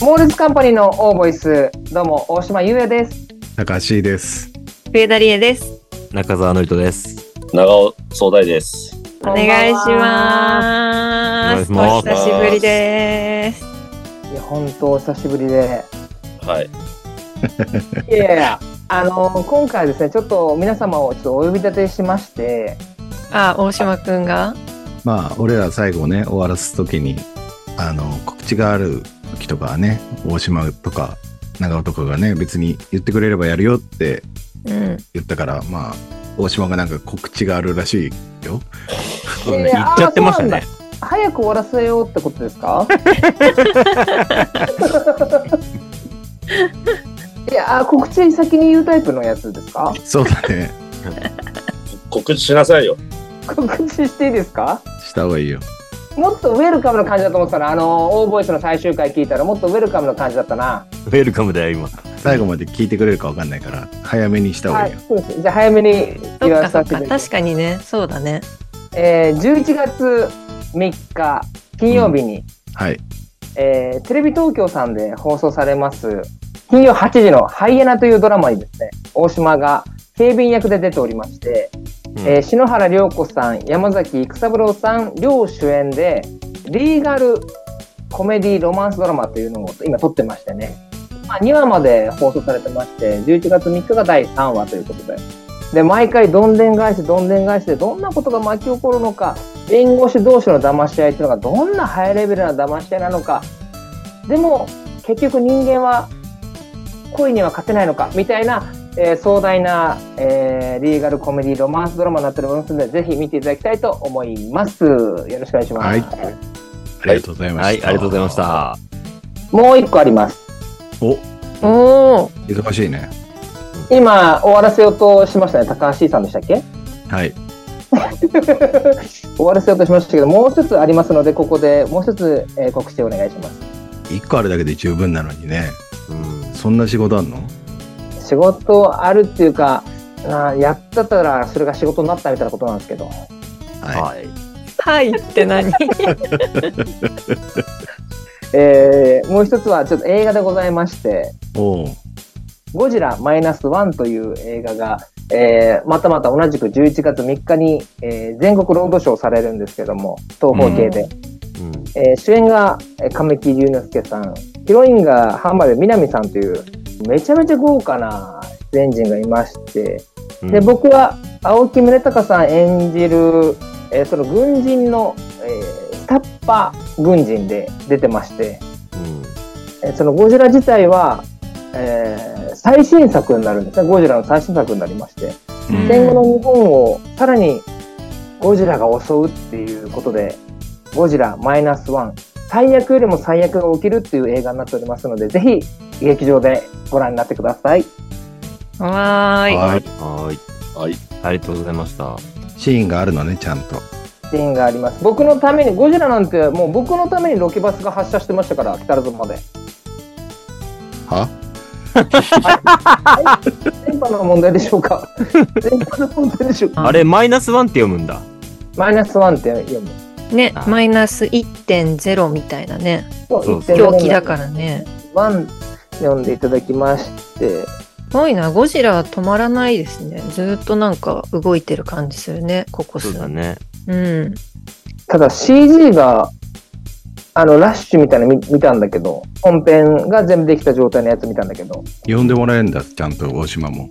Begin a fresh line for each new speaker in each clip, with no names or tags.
モールズカンパニーのオーボイス、どうも大島優也です。
高橋です。
冬田理恵です。
中澤のりとです。
長尾総大です。
お願いします。
お願いします
久しぶりです。
す。いや、本当お久しぶりで。
はい。
いやいや、あの、今回はですね、ちょっと皆様をちょっとお呼び立てしまして、
あ、大島くんが。
まあ、俺ら最後ね、終わらすときに、あの、告知がある時とかはね、大島とか長尾とかがね、別に言ってくれればやるよって
うん。
言ったから、まあ、大島がなんか告知があるらしい よ。
いやい
言
や
っちゃってました
あー
ね。
早く終わらせようってことです かいや、あ告知先に言うタイプのやつですか
そうだね。
告知しなさいよ。
告知していいですか
した方がいいよ。
もっとウェルカムな感じだと思ってたな。あの、オーボイスの最終回聞いたらもっとウェルカムな感じだったな。
ウェルカムだよ、今。
最後まで聞いてくれるかわかんないから、早めにした方が
はい
い
い
よ。、
そうです。じゃあ早めに
そ
言
っ
わ
か
せ
そって
く
か。
ださい。
確かにね。そうだね。
えー、11月3日金曜日に、
はい。
えーテレビ東京さんで放送されます金曜8時の「ハイエナ」というドラマにですね大島が警備員役で出ておりまして、
うん
えー篠原涼子さん山崎育三郎さん両主演でリーガルコメディロマンスドラマというのを今撮ってましてね、まあ、2話まで放送されてまして11月3日が第3話ということで。で毎回どんでん返しどんでん返しでどんなことが巻き起こるのか弁護士同士の騙し合いというのがどんなハイレベルな騙し合いなのかでも結局人間は恋には勝てないのかみたいな、えー壮大な、えーリーガルコメディロマンスドラマになっておりますのでぜひ見ていただきたいと思いますよろしくお願いします、
はいありがとうございました。
はい、ありがとうございまし。た。
もう一個あります
お
おお。
忙しいね。
今終わらせようとしましたね高橋さんでしたっけ
はい。
終わらせようとしましたけどもう一つありますのでここでもう一つ、えー告知をお願いします
一個あるだけで十分なのにね、
うん
そんな仕事あんの
仕事あるっていうかあーやったたらそれが仕事になったみたいなことなんですけど
は
はい。
はいっ て何
えーもう一つはちょっと映画でございまして、
い。おう。
ゴジラマイナスワンという映画が、えーまたまた同じく11月3日に、えー全国ロードショーされるんですけども、東方系で。
うん
えー主演がえー亀木隆之介さん、ヒロインが浜辺美波さんという、めちゃめちゃ豪華な出演陣がいまして、
うん
で、僕は青木宗隆さん演じる、えーその軍人の、えースタッパ軍人で出てまして、
うん
えーそのゴジラ自体は、えー最新作になるんですね。ゴジラの最新作になりまして、
うん
戦後の日本をさらにゴジラが襲うっていうことで、ゴジラマイナスワン、最悪よりも最悪が起きるっていう映画になっておりますので、ぜひ劇場でご覧になってください。
わーい。
はい。
はい。
はい。
ありがとうございました。
シーンがあるのね、ちゃんと。
シーンがあります。僕のために、ゴジラなんてもう僕のためにロケバスが発車してましたから、木更津まで。
は
電波の問題でしょう か電波の問題でしょうか
あれ、マイナスワンって読むんだ。
マイナスワンって読む。
ね
あ、ー
マイナス1.0みたいなね。
そう
1.0
狂気だからね。
ワン読んでいただきまして、
すごいな。ゴジラは止まらないですね。ずーっとなんか動いてる感じするね。ここ
そ
数
うだ
年。
ね。
うん。
ただ CG が、あの、ラッシュみたいなの見見たんだけど、本編が全部できた状態のやつ見たんだけど、
呼んでもらえるんだ、ちゃんと大島も。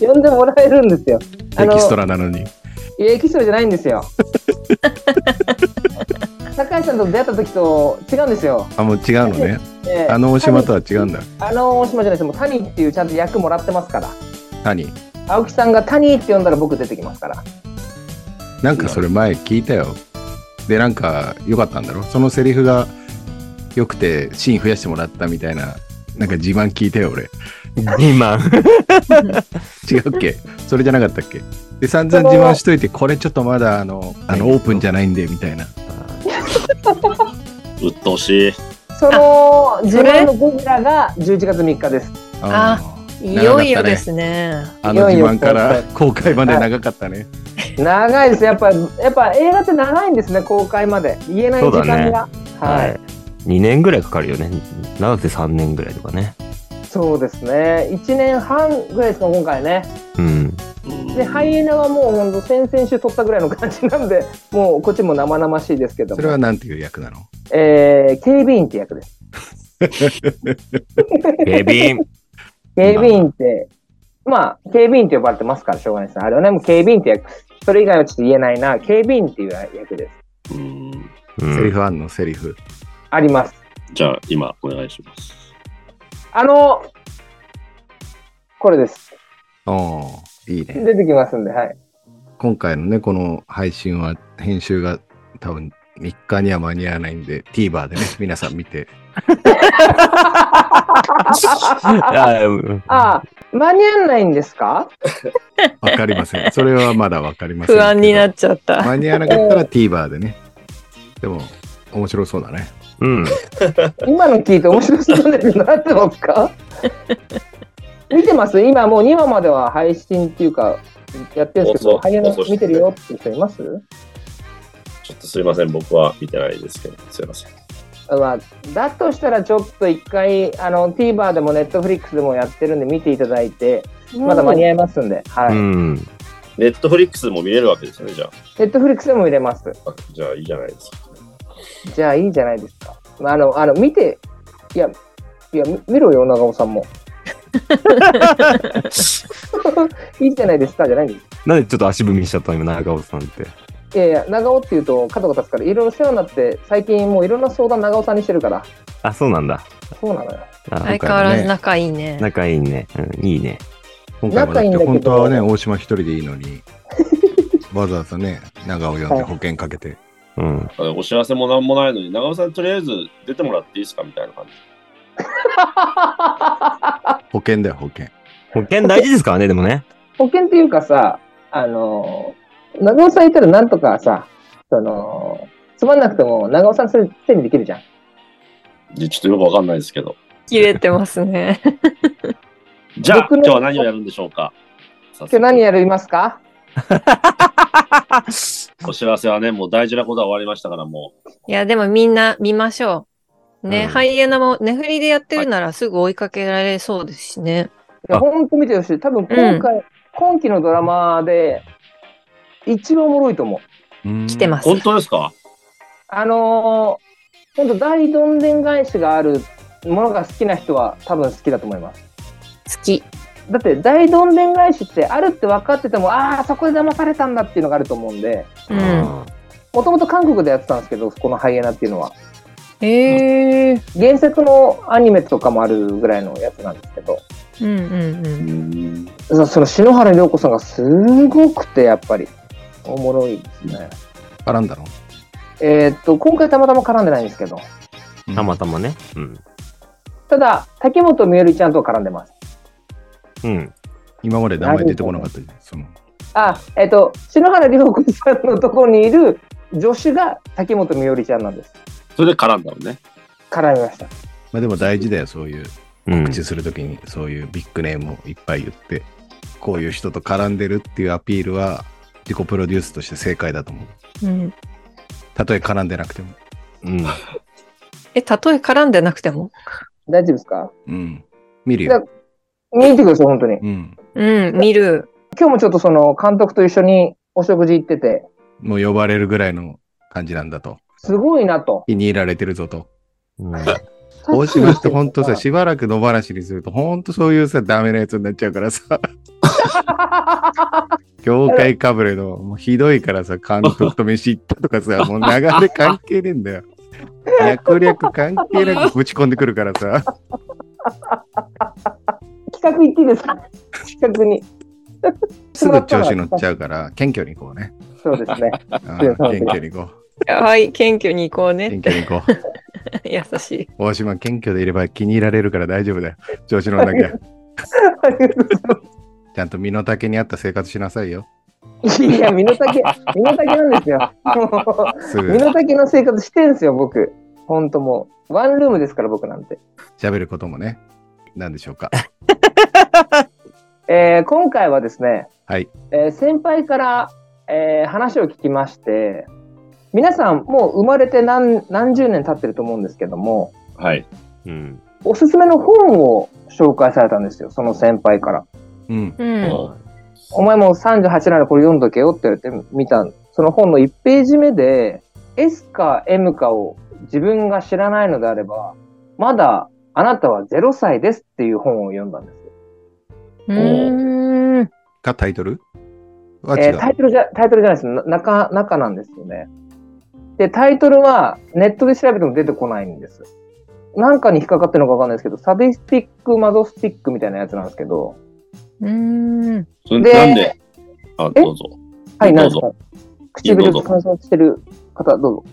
呼んでもらえるんですよ。あ
エ
の
キストラなのに。
いや、エキストラじゃないんです よ。高橋さんと出会った時と違うんですよ。
あ、もう違うのね。
えー
あの大島とは違うんだ。
あの大島じゃないです。もう谷っていうちゃんと役もらってますから。
何
青木さんが谷って呼んだら僕出てきますから。
なんかそれ前聞いたよ。で、なんか良かったんだろそのセリフが良くてシーン増やしてもらったみたいな、なんか自慢聞いたよ、俺。
今。
違うっけそれじゃなかったっけで、散々自慢しといて、これちょっとまだあの、あの、オープンじゃないんで、みたいな。
鬱陶しい。
その、自
それ
分のゴジラが11月3日です。
あ
いよいよですね。
ーあの自慢か
いよい
ら
よ
公開まで長かったね。
長いですやっぱやっぱ映画って長いんですね公開まで言えない時間が、はい、
2年ぐらいかかるよね。長くて3年ぐらいとかね。
そうですね。1年半ぐらいですか、今回ね。
うん。
で、ハイエナはもうほんと先々週取ったぐらいの感じなんで、 もうこっちも生々しいですけど
それ
も。
はなんていう役なの
えー、警備員って役です。
警備 員。
警備員って、まあ、警備員って呼ばれてますから、しょうがないですね。あれはね、もう警備員って役。それ以外はちょっと言えないな。警備員っていう役です。
うん
うん
セリフあんのセリフ。
あります。
じゃあ、今、お願いします。
あの、これです。
おーいいね。
出てきますんで、はい。
今回のね、この配信は、編集が多分3日には間に合わないんで、TVer でね、皆さん見て。
あーうん
ああ、間に合わないんですか
わかりません。それはまだわかりませんけど。
不安になっちゃった。
間に合わなかったら TVer でね。でも、面白そうだね。
うん。
今の聞いて面白そうですなってますか見てます今もう2話までは配信っていうか、やってるんですけ
放
ど、
送
俳優の
放送して
見てるよって人います
ちょっとすいません、僕は見てないですけど、すいません。
まあ、だとしたらちょっと一回あの TVer でも Netflix でもやってるんで見ていただいてまだ間に合いますんで、は
う
い
ん。
ネットフリックスも見れるわけですよね、じゃ
Netflix でも見れます
あ。あじゃあ、いいじゃないですか。
じゃあいいじゃないですかまああのあの見ていやいや見見ろよ長尾さんもいいじゃないですかじゃないんです
なんでちょっと足踏みしちゃったの今、長尾さんって。
いやいや長尾っていうと角が立つからいろいろ世話になって最近もういろんな相談長尾さんにしてるから
あ、そうなんだ。
そうなのよ
あ
相変わらず仲いいね。
仲いいね。うん、いいね。
今回もだっ
仲いいんだけ
て
ど
本当はね、大島一人でいいのに、 わざわざね、長尾呼んで保険かけて、
うん。
あのお知らせもなんもないのに、長尾さん、とりあえず出てもらっていいですかみたいな感じ。
保険だよ、保険。
保険大事ですからね、でもね。
保険っていうかさ、あのー、長尾さんいたらなんとかさ、その、つまんなくても長尾さんそれ手にできるじゃん。
でちょっとよくわかんないですけど。
切れてますね。
じゃあ、
僕の
今日は何をやるんでしょうか
今
今
日何やりますか
お知らせはね、もう大事なことは終わりましたから、も
いや、でもみんな見ましょう。ね、
うん
ハイエナも寝振りでやってるならすぐ追いかけられそうですしね。
いや
あ
本当見てほしい。多分今回、今期のドラマで、一番おもろいと思う。
来て
ま
う。
ます。
本当ですか
あのー、本当大どんでん返しがあるものが好きな人は多分好きだと思います。
好き。
だって大どんでん返しってあるって分かってても、ああ、そこで騙されたんだっていうのがあると思うんで、
うん。
もともと韓国でやってたんですけど、このハイエナっていうのは。
ええ。
原作のアニメとかもあるぐらいのやつなんですけど、
うんうんうん。
そその篠原涼子さんがすごくて、やっぱり、おもろいですね。
絡んだの
えーっと、今回たまたま絡んでないんですけど、
たまたまね。うん。
ただ、竹本みゆりちゃんとは絡んでます。
うん。
今まで名前出てこなかったじゃん。その
あ、えーっと、篠原涼子さんのとこにいる助手が竹本みゆりちゃんなんです。
それで絡んだのね。
絡みました。
まあでも大事だよ、そういう、
うん。
口するときに、そういうビッグネームをいっぱい言って、こういう人と絡んでるっていうアピールは、自己プロデュースとして正解だと思う。
うん、
たとえ絡んでなくても。
うん。
え、たとえ絡んでなくても
大丈夫ですか
うん。見る
だ
よ。
見てください、本当に。
うん。
うん、見る。
今日もちょっとその監督と一緒にお食事行ってて、
もう呼ばれるぐらいの感じなんだと。
すごいなと。
気に入られてるぞと。
うん
大島って本当さ、しばらく野放しにすると、本当そういうさ、ダメなやつになっちゃうか らさ、業界かぶれの、もうひどいからさ、監督と飯行ったと かさ、もう流れ関係ねえんだよ。脈略関係なくぶち込んでくるからさ、
企画行っていいですか企画に。
すぐ調子乗っちゃうから、謙虚に行こうね。
そうですね。
うん謙虚に行こ
はい、謙虚に行こう
う。
ねっ
謙虚
て。
に行こう。
優しい。
大島謙虚でいれば気に入られるから大丈夫だよ。調子乗んなきゃ。
ありがとうござ
ちゃんと身の丈に合った生活しなさいよ。
いますいや、身の丈、身の丈なんです よ。も
す
う身
ぐ
の丈の生活してんすよ、僕。ほんともう。ワンルームですから、僕なんて。
喋ることもね。なんでしょうか。
えー今回はですね、
はい。
えー先輩から、えー話を聞きまして、皆さんもう生まれて何何十年経ってると思うんですけども、
はい。
うん。
おすすめの本を紹介されたんですよ、その先輩から。
うん。
うん。
お前もう38ならこれ読んどけよって言われて見た、その本の1ページ目で、S か M かを自分が知らないのであれば、まだあなたは0歳ですっていう本を読んだんですよ。
うーん。
かタイトルは違
え
う。
ータイトルじゃ、タイトルじゃないです。な中、中なんですよね。で、タイトルはネットで調べても出てこないんです。なんかに引っかかってるのかわかんないですけど、サディスティック、マゾスティックみたいなやつなんですけど、
うーん。
それ
で
なんで、あ、
え
どうぞ。
はい、
ど
な
うんぞ
ですか唇が乾燥してる方、どうぞ。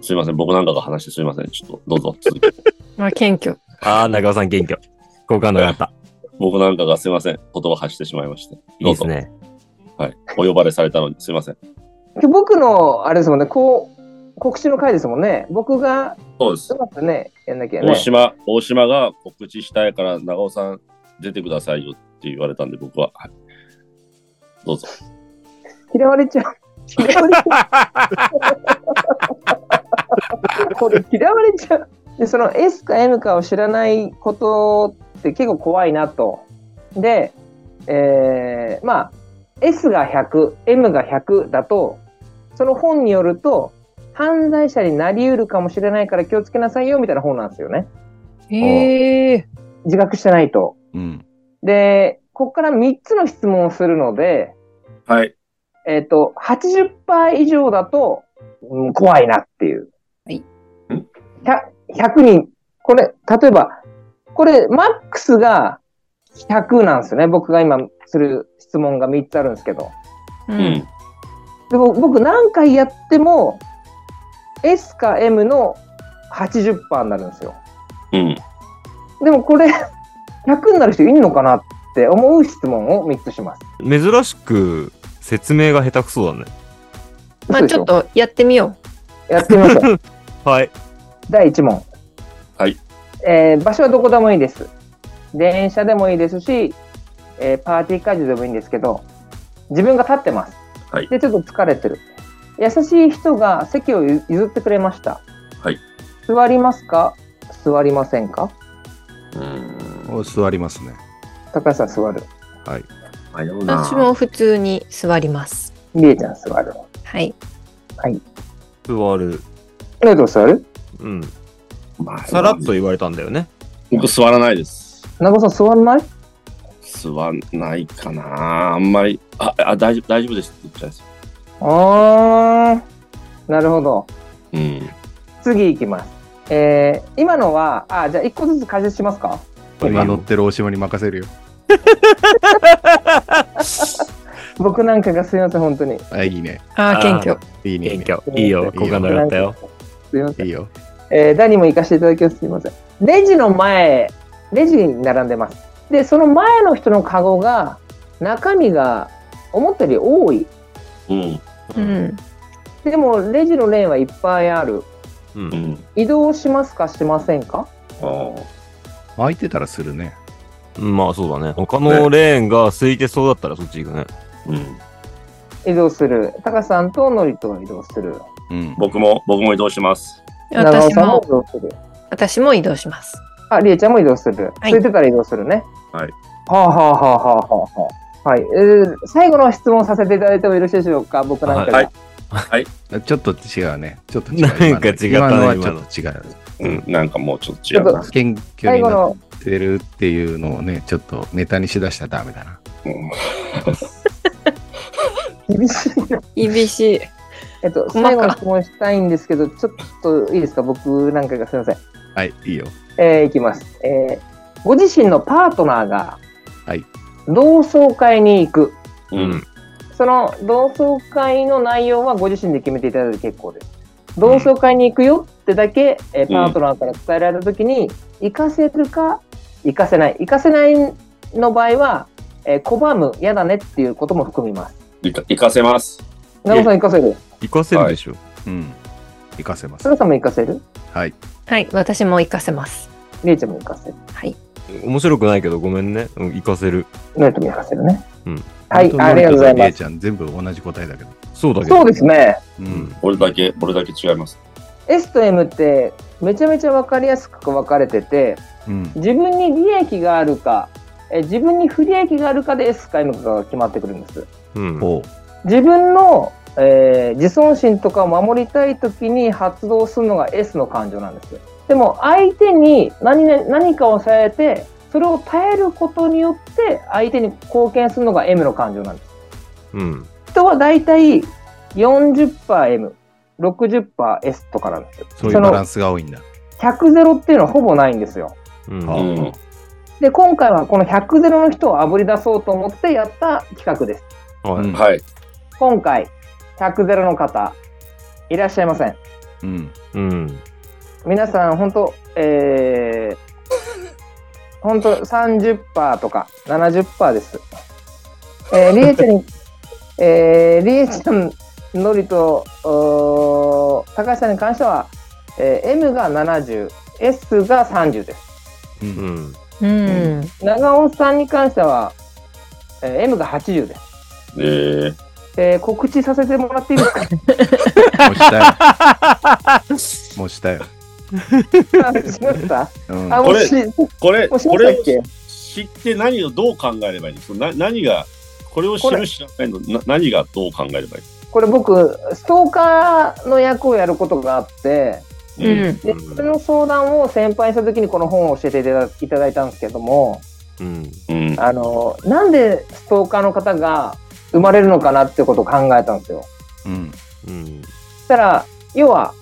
すいません。僕なんかが話してすいません。ちょっと、どうぞ。続けて
まあ、謙虚。
ああ、中尾さん謙虚。好感度があった。
僕なんかがすいません。言葉発してしまいまして。
いい
ど
で
う
す
ぞ。
ね。
はい。お呼ばれされたのに、すいません。
で僕の、あれですもんね、こう、告知の回ですもんね。僕が
そうです
う。まくね、やんなきゃね
大。島、大島が告知したいから、長尾さん出てくださいよって言われたんで、僕は。はいどうぞ。
嫌われちゃう。嫌われちゃう。これ嫌われちゃう。で、その S か M かを知らないことって結構怖いなと。で、えー、まあ、S が100、M が100だと、その本によると、犯罪者になり得るかもしれないから気をつけなさいよみたいな本なんですよね。
へえ。
自覚してないと。
うん。
で、ここから3つの質問をするので、
はい。
えっ、と、80%以上だと、うん怖いなっていう。
はい
ん
100。100人、これ、例えば、これ、マックスが100なんですよね。僕が今する質問が3つあるんですけど。
う
うん。。
でも僕何回やっても、S か M の80%になるんですよ。
うん。
でもこれ、100になる人いんのかなって思う質問を3つします。
珍しく説明が下手くそだね。
まあ、ちょっとやってみよ
やってみましょう。
はい。
第1問。
はい。
えー場所はどこでもいいです。電車でもいいですし、えーパーティー会場でもいいんですけど、自分が立ってます。
はい
で、ちょっと疲れてる。優しい人が席をゆ譲ってくれました。
はい。
座りますか座りませんか
お座りますね。
高橋さん座る。
はい。
迷う
う。
な
私も普通に座ります。
りえちゃん座る。
はい。
座る。
ノイト座る
うん。
まあ
さらっと言われたんだよね。
僕座らないです。
名護さん座んない
座らないかなあんまり。あ、あ大丈夫、大丈夫ですって言っちゃいます。
あー。なるほど。
うん。
次行きます。えー、今のは、あ、じゃあ1個ずつ解説しますか
今乗ってる大島に任せるよ。
僕なんかがすいません、本当に。
あ、いいね。
ああ、謙虚。
いいね。いい
謙
ね
虚。いいよ。好感度上がったよ。
すいません。
いいよ。
えー、第2問行かせていただきます。すいません。レジの前、レジに並んでます。で、その前の人のカゴが、中身が思ったより多い。
うん。
うん。
でも、レジのレーンはいっぱいある。
う。
うんん。
移動しますかしませんか
ああ。
巻いてたらするね。
まあそうだね。他のレーンが空いてそうだったらそっち行くね。
うん。
移動する。高さんとノリとは移動する。
うん。
僕も、僕も移動します。
長尾
私
さんも
も、
移動する。
私も移動します。
あ、りえちゃんも移動する。
はい
ついてたら移動するね。
はい。
はあ、はあはあはあはあはあ。はい。えー最後の質問させていただいてもよろしいでしょうか僕なんかが。
はい
ちょっと違うね。ちょっと違う。
なんか違ったね
今のはちょっと違う。
うん。なんかもうちょっと違うな。
謙虚
最
に
後
なっ
の
てるっていうのをね、ちょっとネタにしだしたらダメだな。
うん
厳しいな。
厳しい。
えっと、
細か
最後の質問したいんですけど、ちょっといいですか僕なんかがすいません。
はい、いいよ。
えーいきます。えーご自身のパートナーが、
はい
同窓会に行く。
う
う。
んん。
その同窓会の内容はご自身で決めていただいて結構です。同窓会に行くよってだけ、えーパートナーから伝えられたときに、行かせるか、行かせない。行かせないの場合は、えー拒む、嫌だねっていうことも含みます。
いか行かせます。
長尾さん行かせる
行かせるでしょ。
うん。行かせます。
鶴さんも行かせる
はい。
はい。私も行かせます。
りえちゃんも行かせる
はい。
面白くないけどごめんね。うん行かせる。
ノイトも行かせるね。
うん
はい、ありがとうござい
り
ま
え
す。
ちゃん、全部同じ答えだけど。
そうだけど。
そうですね。
うん。
俺だけ、俺だけ違います。
S と M ってめちゃめちゃ分かりやすく分かれてて
うん。
自分に利益があるかえ自分に不利益があるかで S か M かが決まってくるんです
うん。
ほ
自分の、えー自尊心とかを守りたい時に発動するのが S の感情なんですよでも相手に何,、ね、何かをされてそれを耐えることによって相手に貢献するのが M の感情なんです
うん。
人はだいたい 40%M60%S とかなんですよ
う。そういうバランスが多いんだ。
100ゼロっていうのはほぼないんですよ
うん。
あ
うん。
で今回はこの100ゼロの人をあぶり出そうと思ってやった企画です
は
うん
い。
はい。
今回100ゼロの方いらっしゃいません
うん。
うん。
皆さん本当えー、 本当30%とか70%です。えー、りえちゃん、えー、りえちゃん、のりと、おー高橋さんに関しては、えー M が70、S が30です。
う。
うんん。
うん。
長尾さんに関しては、えー M が80です。
えー、
えー告知させてもらっていいですか
もうしたよ。もうしたよ。
しました
うん。
あ、も
こ
う
れ
し、も
これ、
うしました
これ
っけ
知って何をどう考えればいいんですかな何が、これを知
こ
る
れ
知らないのな何がどう考えればい
これ僕、ストーカーの役をやることがあって、
いの
うん
でそれの相談を先輩にした時にこの本を教えていただいただいたんですけども
うん。
うん。
あのなんでストーカーの方が生まれるのかなってことを考えたんですよ。
うん。
うん。
そしたら要は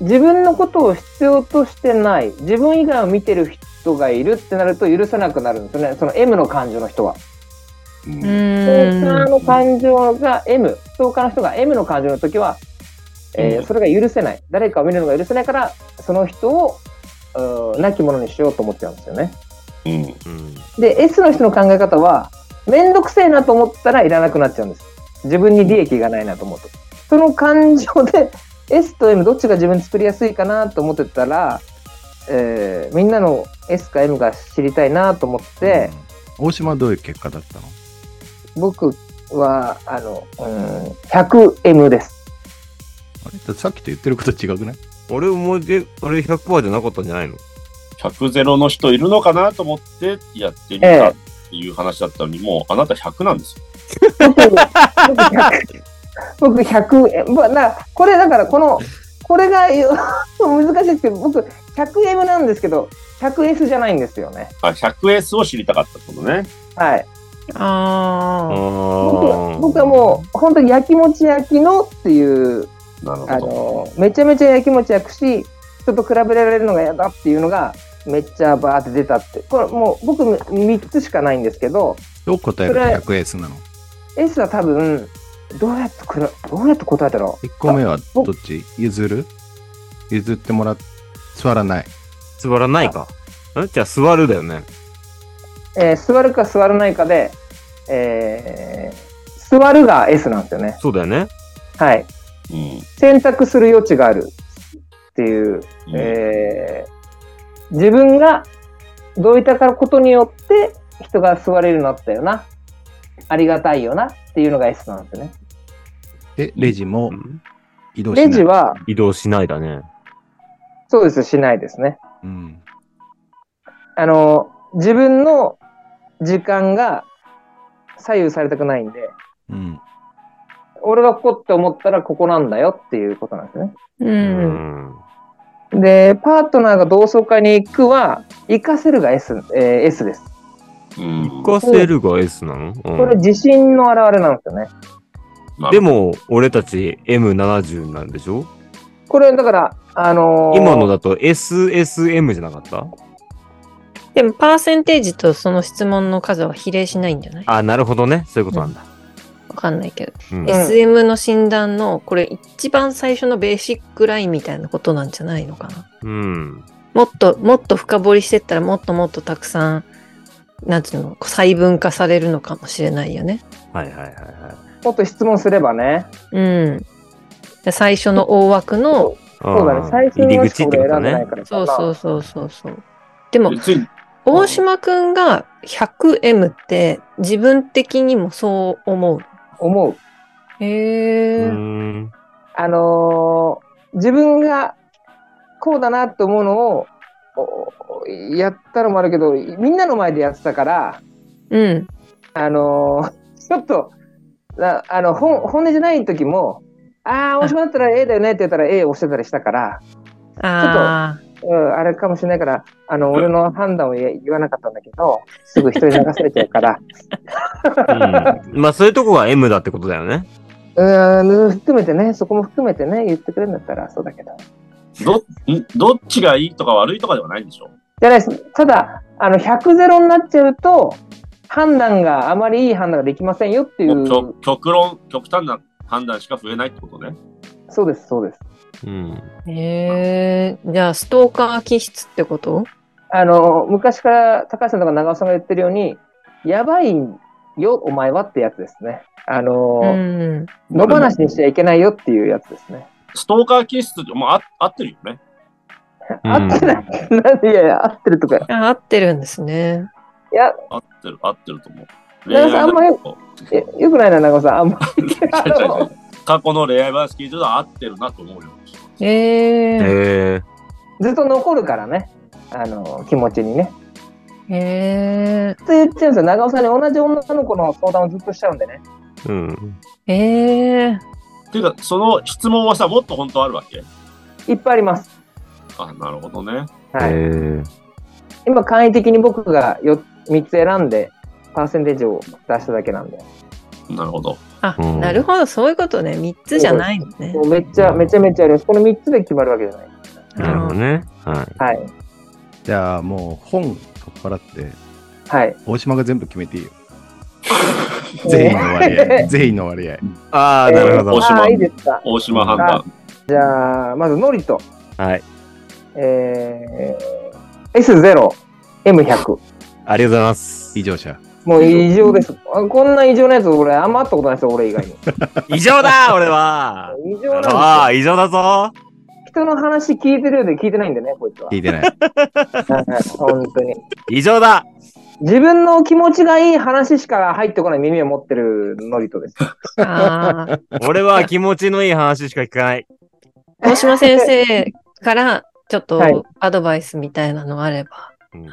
自分のことを必要としてない自分以外を見てる人がいるってなると許せなくなるんですよねその M の感情の人は。
うん
う
ストーカー
ん。
の感情が M ストーカーの人が M の感情の時は、えー
うん
それが許せない誰かを見るのが許せないからその人をうー亡き者にしようと思っちゃうんですよね。
うん。
うん。
で S の人の考え方は面倒くせえなと思ったらいらなくなっちゃうんです自分に利益がないなと思うとその感情で S と M どっちが自分作りやすいかなと思ってたら、えーみんなの S か M が知りたいなと思って、
うん、大島はどういう結果だったの
僕はあの、うん、100M です
あれだってさっきと言ってること違くない
俺もで、あれ100%じゃなかったんじゃないの
100ゼロの人いるのかなと思ってやってみたっていう話だったのに、もうあなた100なんですよ。
僕僕100僕 100M だからこれだからこのこれが 難しいですけど僕 100M なんですけど 100S じゃないんですよね
あ、100S を知りたかったってことね。
はい
あ
僕は
あ
僕はもう本当にやきもち焼きのっていう
なる
あ
ほど。
のめちゃめちゃやきもち焼くし人と比べられるのが嫌だっていうのがめっちゃバーって出たってこれもう僕3つしかないんですけど
どう答えると
それ
100S なの
S は多分どうやってくらどうやって答えたろう
?1 個目はどっち譲る譲ってもらっ座らない。
座らないか。んじゃあ座るだよね。
えー座るか座らないかで、えー座るが S なんですよね
そうだよね。
はい
うん
選択する余地があるっていうえー自分がどういったことによって人が座れるようになったよなありがたいよなっていうのが S なんですね。
え、レジも
うん
移動しない。
レジは
移動しないだね。
そうですしないですね。
うん。
あの自分の時間が左右されたくないんで
うん。
俺はここって思ったらここなんだよっていうことなんですね。
ー。う。
うんん。
でパートナーが同窓会に行くは行かせるが S,、えー S です。
うん
行かせるが S なの
これ
うん。
自信の表れなんですよね。
でも、俺たち M70 なんでしょ
これだからあのー
今のだと SSM じゃなかった
でも、パーセンテージとその質問の数は比例しないんじゃない
あ、なるほどね。そういうことなんだ。
わかんないけど。
うん。
ん
SM の診断の、これ一番最初のベーシックラインみたいなことなんじゃないのかな。
うん。
もっと、もっと深掘りしてったら、もっともっとたくさん、なんていうの、細分化されるのかもしれないよね。
はいはいはいは
もっと質問すればね。
うん。最初の大枠の、
い。
そうだね、最初
う
の
ん入
や
り
つ
口
し
っ
か
て
俺選
こと
んでない
ね。
からさ
そうそうそうそうそう。でも、
別に
大島くんが 100M って自分的にもそう思う。
思う。
へえ。
うん。
あのー自分がこうだなと思うのをおやったのもあるけどみんなの前でやってたから
うん。
あのー ちょっとなあの本本音じゃない時も「ああ面白かったら A だよね」って言ったら A を押してたりしたから、
あ
うん、あれかもしれないからあの俺の判断を言え言わなかったんだけどすぐ人に流されちゃうから
うんまあそういうとこが M だってことだよね。
うん含めてねそこも含めてね言ってくれるんだったらそうだけど。
どんどっちがいいとか悪いとかではないんでしょ
じゃないです。ただ、あの、100ゼロになっちゃうと、判断が、あまりいい判断ができませんよってい
もう
う
極。極論、極端な判断しか増えないってことね。
そうです、そうです。
うん。
あ。へえ。じゃあ、ストーカー気質ってこと
あの、昔から高橋さんとか長尾さんが言ってるように、やばいよ、お前はってやつですね。あ
う
の、
ん。
野放しにしちゃいけないよっていうやつですね。
ストーカー気質って、まあ、あ合ってるよね。
うん
合ってない。 なんで、いやいや、合ってるとか。い
あ合ってるんですね。
や、
合ってる、合ってると思う。
いやあんまりえよくないな、長尾さん。あんま り。あの
過去の恋愛話聞いてると合ってるなと思うよ。
へえ。
へえ。
ずっと残るからね。あの、気持ちにね。
へえ。
ずっと言っちゃうんですよ。長尾さんに同じ女の子の相談をずっとしちゃうんでね。
うん。
へえ。
ていうか、その質問はさ、もっと本当あるわけ
いっぱいあります。
あ、なるほどね。
はい。
へ
今、簡易的に僕がよ3つ選んで、パーセンテージを出しただけなんで。
なるほど。
あ、
うん
なるほど。そういうことね。3つじゃないのね
も。うめっちゃ、めちゃめちゃあります。この3つで決まるわけじゃない。
え。なるほどね。は
はい。
じゃあもう本取っ払って、
はい。
大島が全部決めてい いよ。全員の割合。全員の割合。
い。ああ、なるほ
え
ど
ー。
ああ、いいですか。
大島判断。
じゃあ、まず、ノリと、
はい。
えー、S0、M100。
ありがとうございます。
異常者。
もう異常です。あこんな異常なやつ、俺、あんま会ったことないですよ、俺以 外に。
異常だ俺は
異常なんです
あ
よ。
あ、異常だぞ
人の話聞いてるようで聞いてないんでね、こいつは。
聞いて ない。
はい本当に。
異常だ
自分の気持ちがいい話しか入ってこない耳を持ってるノリとです。
ああ。
俺は気持ちのいい話しか聞かない。
大島先生から、ちょっ
はい
とアドバイスみたいなのあれ ば。
うん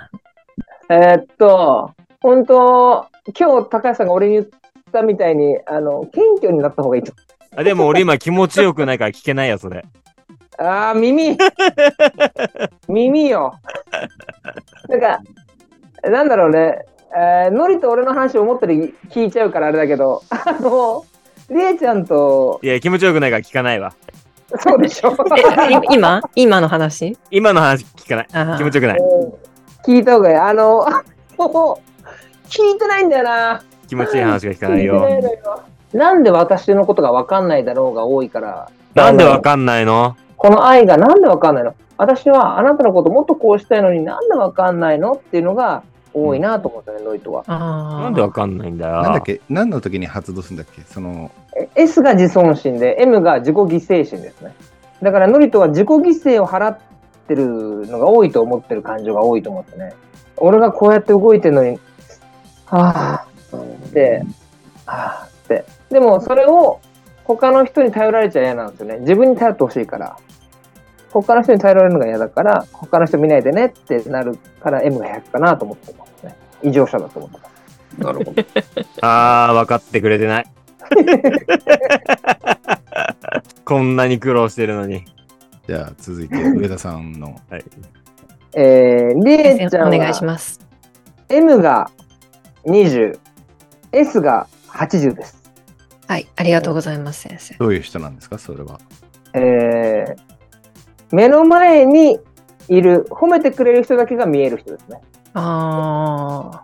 えーっと、本当今日高橋さんが俺に言ったみたいに、あの、謙虚になった方がいいと。
あでも俺今気持ちよくないから聞けないや、それ。
ああ、耳耳よ。なんか、なんだろうね、えーノリと俺の話を思ったり聞いちゃうからあれだけど、あの、りえちゃんと、
いや、気持ちよくないから聞かないわ。
そうでしょ
えい今今の話
今の話聞かない。
あー
気持ち よくない。
聞いた方がいい。あの、 もう、聞いてないんだよな。
気持ちいい話が聞かない
聞い
よ。
てないのよ なんで私のことが分かんないだろうが多いから。
なんでわかんないの
この愛がなんで分かんないの私はあなたのこともっとこうしたいのになんで分かんないのっていうのが多いなと思ったね、ノイトは。
ああ。
なんでわかんないんだよ。
なんだっけ何の時に発動するんだっけその、
え S が自尊心で M が自己犠牲心ですね。だからノリトは自己犠牲を払ってるのが多いと思ってる感情が多いと思ってね。俺がこうやって動いてるのに、はぁって、はぁって。でもそれを他の人に頼られちゃ嫌なんですよね。自分に頼ってほしいから。他の人に頼られるのが嫌だから、他の人見ないでねってなるから M が100かなと思ってますね。異常者だと思ってます。
なるほ ど。
ああ、分かってくれてない。 こんなに苦労してるのに。
じゃあ続いて上田さんの。
えー、りえちゃんは
お願いします。
M が20、S が80です。
はい、ありがとうございます、先生。
どういう人なんですかそれは。
えー、目の前にいる、褒めてくれる人だけが見える人ですね。
ああ。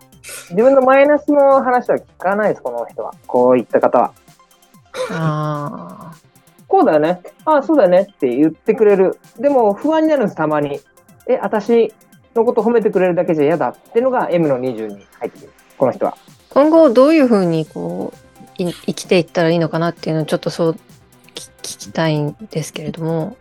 自分のマイナスの話は聞かないです、この人は。こういった方は。
あ
こうだよね。ああ、そうだよねって言ってくれる。でも不安になるんです、たまに。え、私のこと褒めてくれるだけじゃ嫌だっていうのが M の20に入ってくる。この人は。
あ。今後どういうふうにこうい生きていったらいいのかなっていうのをちょっとそうき聞きたいんですけれども。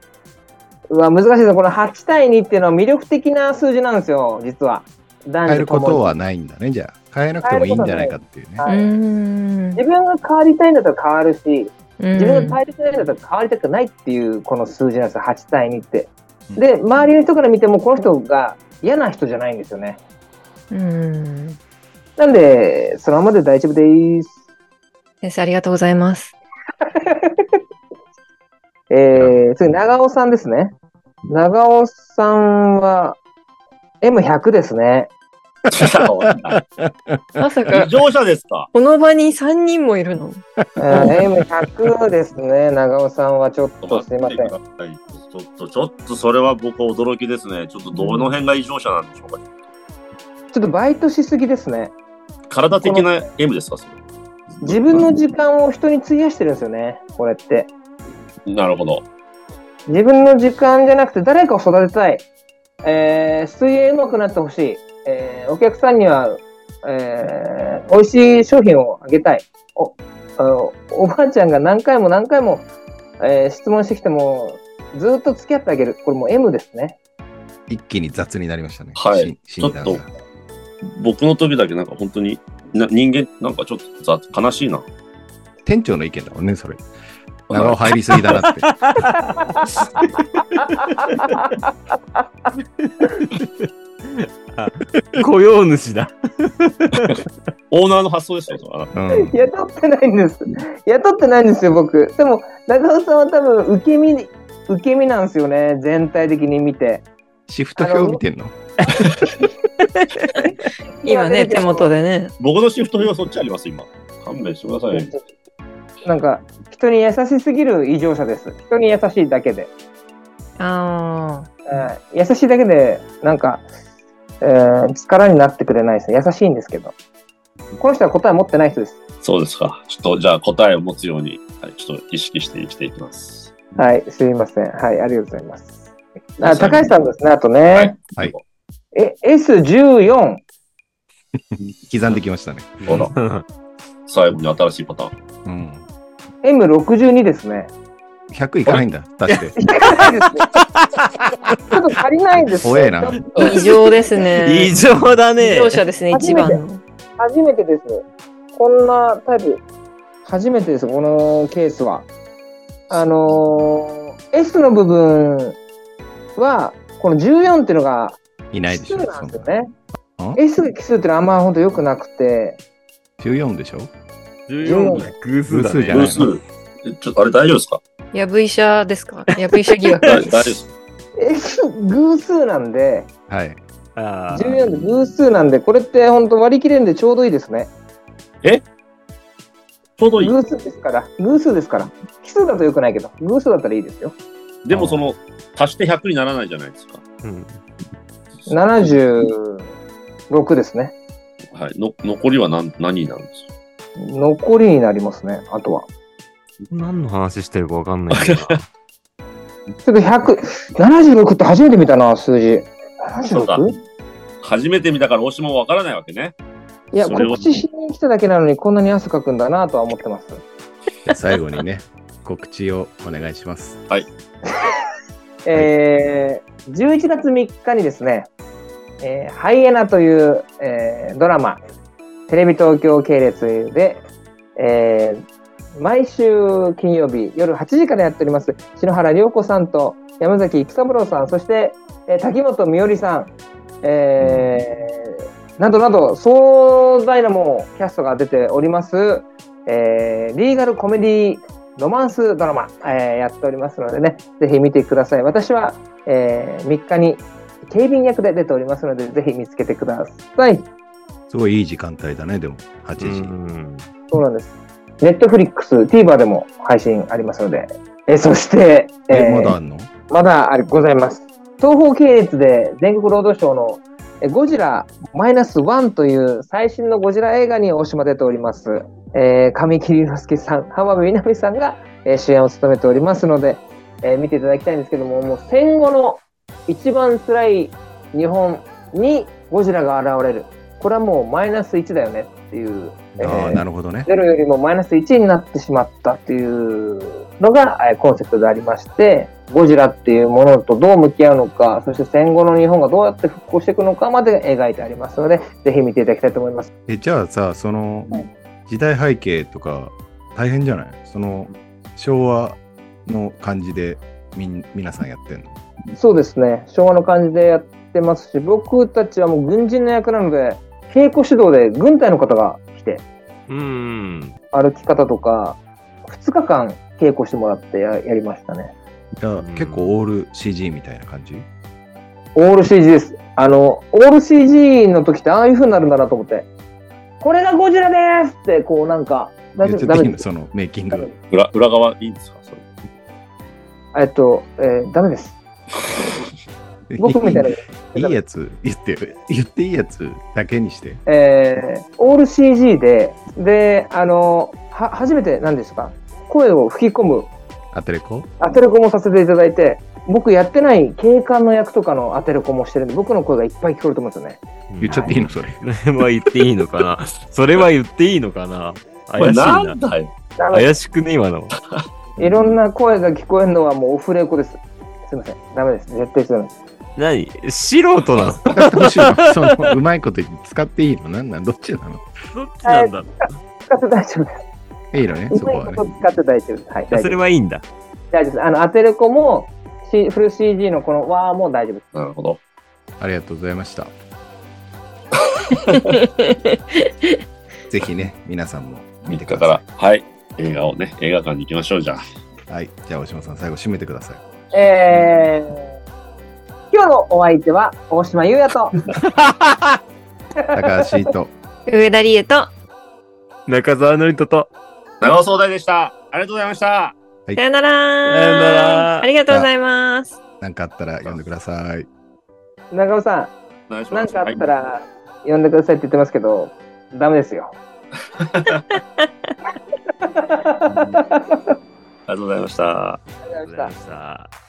うわ、難しいですねこの8対2っていうのは魅力的な数字なんですよ、実は。男
変え
女
る
と
こ
もに
と。はないんだね。じゃあ変えなくてもいいんじゃないかっていうね。
は
う
い
ーん。
自分が変わりたいんだったら変わるし、
うん
自分の体力年齢と変わりたくないっていうこの数字なんですよ8対2って。で周りの人から見てもこの人が嫌な人じゃないんですよね。
うん。
なんでそのままで大丈夫です。
先生、ありがとうございます。
えー、次長尾さんですね。長尾さんは M100 ですね。
まさか
異、常者ですか
この場に3人もいるの
えー M100 です ね。長尾さんはちょっとすいません。
ちょっと、ちょっと、それは僕は驚きですね。ちょっと、どの辺が異常者なんでしょうか。
ちょっとバイトしすぎですね。
体的な M ですか、そ
自分の時間を人に費やしてるんですよね。これって。
れ。なるほど。
自分の時間じゃなくて誰かを育てたい、えー水泳上手くなってほしい、えーお客さんには、えー美味しい商品をあげたいおおおばあちゃんが何回も何回も、えー質問してきてもずっと付き合ってあげるこれもう M ですね
一気に雑になりましたね。
はい
し診断が
ちょっ僕の時だけなんか本当に、な人間、なんかちょっと雑悲しいな。
店長の意見だもんね、それ。長尾入りすぎだなって。
雇用主だ。
オーナーの発想ですよ、それは
うん、
雇ってないんです雇ってないんですよ僕でも長尾さんは多分受け身に受け身なんですよね全体的に見て
シフト表見てんの
今ね、手元でね。
僕のシフト表そっちあります、今。勘弁してくださいよ。
なんか人に優しすぎる異常者です。人に優しいだけで、
ああ。
うん優しいだけでなんか、えー力になってくれないですね。優しいんですけど、この人は答え持ってない人です。
そうですか。ちょっと、じゃあ答えを持つように、はい、ちょっと意識して生きていきます。
はい、すみません。はい、ありがとうございます。あ高橋さんですね。あとね、
はい
はい
え S14
刻んできましたね。
ほら、最後に新しいパターン。
うん、
M62 ですね。
100いかないんだ、確かに。
いかないですねちょっと足りないですね。
怖えな
ちょっと
異常ですね。
異常だ
異
ね。
常者ですね、一番の。
初めてです。こんなタイプ、初めてです、このケースは。あのー S の部分は、この14っていうのが
いないで
奇
し
数
ょ。
な
そ
ん
ん
ですよ
な
ね
そん。な
S が奇数っていうのはあんま本当良くなくて、
14でしょ
14が偶数だ、
偶数
ね。
じゃない
偶数。えちょっと、あれ大丈夫ですか
やぶ医者ですかやぶ医者疑惑
大大丈夫です。
S 偶数なんで、
はい。
あー
14で偶数なんで、これって本当割り切れんでちょうどいいですね。
ちょうどいい。
偶数ですから、偶数ですから。奇数だと良くないけど、偶数だったらいいですよ。
でもその、足して100にならないじゃないですか。
うん
76ですね。
はい。の残りは何何になるんですか
残りになりますね、あとは。
何の話してるかわかんないけどな。
ちょっと100、76って初めて見たな、数字。
そうか
76?
初めて見たから、推しもわからないわけね。
いや、
それは
告知しに来ただけなのに、こんなに汗かくんだなとは思ってます。
じゃあ最後にね、 告知をお願いします。
えー、11月3日にですね、えーハイエナという、えードラマ、テレビ東京系列で、えー毎週金曜日夜8時からやっております、篠原涼子さんと山崎育三郎さん、そして、えー滝本美織さん、えーなどなど、壮大なもうキャストが出ております、えーリーガルコメディロマンスドラマ、えーやっておりますのでね、ぜひ見てください。私は、えー3日に警備員役で出ておりますので、ぜひ見つけてください。
すごいいい時間帯だね、でも、8時。
うん
そうなんです。ネットフリックス、TVer でも配信ありますので、えーそして、
え
ー
まだあんの
まだあれございます。東方系列で全国ロードショーのえゴジラマイナスワンという最新のゴジラ映画に大島出ております。えー、上木隆之介さん、浜辺美波さんが、えー主演を務めておりますので、えー見ていただきたいんですけども、もう戦後の一番辛い日本にゴジラが現れる。これはもうマイナス1だよねっていう。えー
ああ、なるほどね。
ゼロよりもマイナス1になってしまったっていうのがえーコンセプトでありまして、ゴジラっていうものとどう向き合うのか、そして戦後の日本がどうやって復興していくのかまで描いてありますので、ぜひ見ていただきたいと思います。
えじゃあさ、その
は
時代背景とか大変じゃないその昭和の感じでみん皆さんやってんの
そうですね、昭和の感じでやってますし、僕たちはもう軍人の役なので、稽古指導で軍隊の方が来て、
うん。
歩き方とか、2日間稽古してもらってややりましたね。
じゃあ
うん
結構オール CG みたいな感じ
オール CG です。あの、オール CG の時ってああいう風になるんだなと思って、これがゴジラですって、こうなんか、大丈
言っち
夫
ゃ
ダ
ってい
メで
いの
す。
そのメイキン
ダ
グ
メ
裏裏側いいんですかそれ
えっと、えーダメです。僕みたいな。
いいやつ言ってよ言っていいやつだけにして
えーオール CG で、で、あの、は、初めて何ですか声を吹き込む
アテレコ
アテレコもさせていただいて、僕やってない警官の役とかのアテレコもしてるんで、僕の声がいっぱい聞こえると思うんですよね。
言っちゃっていいのそれ
それは言っていいのかなそれは言っていいのかな怪しい
これな。
なん
だよ。
ダメで
怪しくね、今の。
す。いろんな声が聞こえるのはもうオフレコです。すいません。ダメです。絶対ダメです。
何素人なの
使ってほしいのそのうまいこと言って使っていいのなんなんどっちなの
どっちなんだろ
使って大丈夫です。
いいのね
う
そ
ま
こ
い
はね
こと使って大丈夫です。はいう大
そ
丈夫です。
れはいいんだ。
大丈夫です。あの、アテレコも、C、フル CG のこのわーも大丈夫です。
なるほど。
ありがとうございましたぜひね皆さんも見
見
て
て
くだ
か
さ
ら
い、
はい。映画をね、映画館に行きましょう、じゃあ。
はい、じゃあ大島さん最後締めてください
えー、今日のお相手は、大島優也と、
高橋と
上田理恵と、
中澤のりとと。
長尾総大でした。ありがとうございました。
さよなら
さよなら
ありがとうございます。
何かあったら読んでください
長尾さん、
お願いしま
何
す
かあった
はい
ら呼んでくださいって言ってますけど、ダメですよ。
ありがとうございました。
ありがとうございました
した。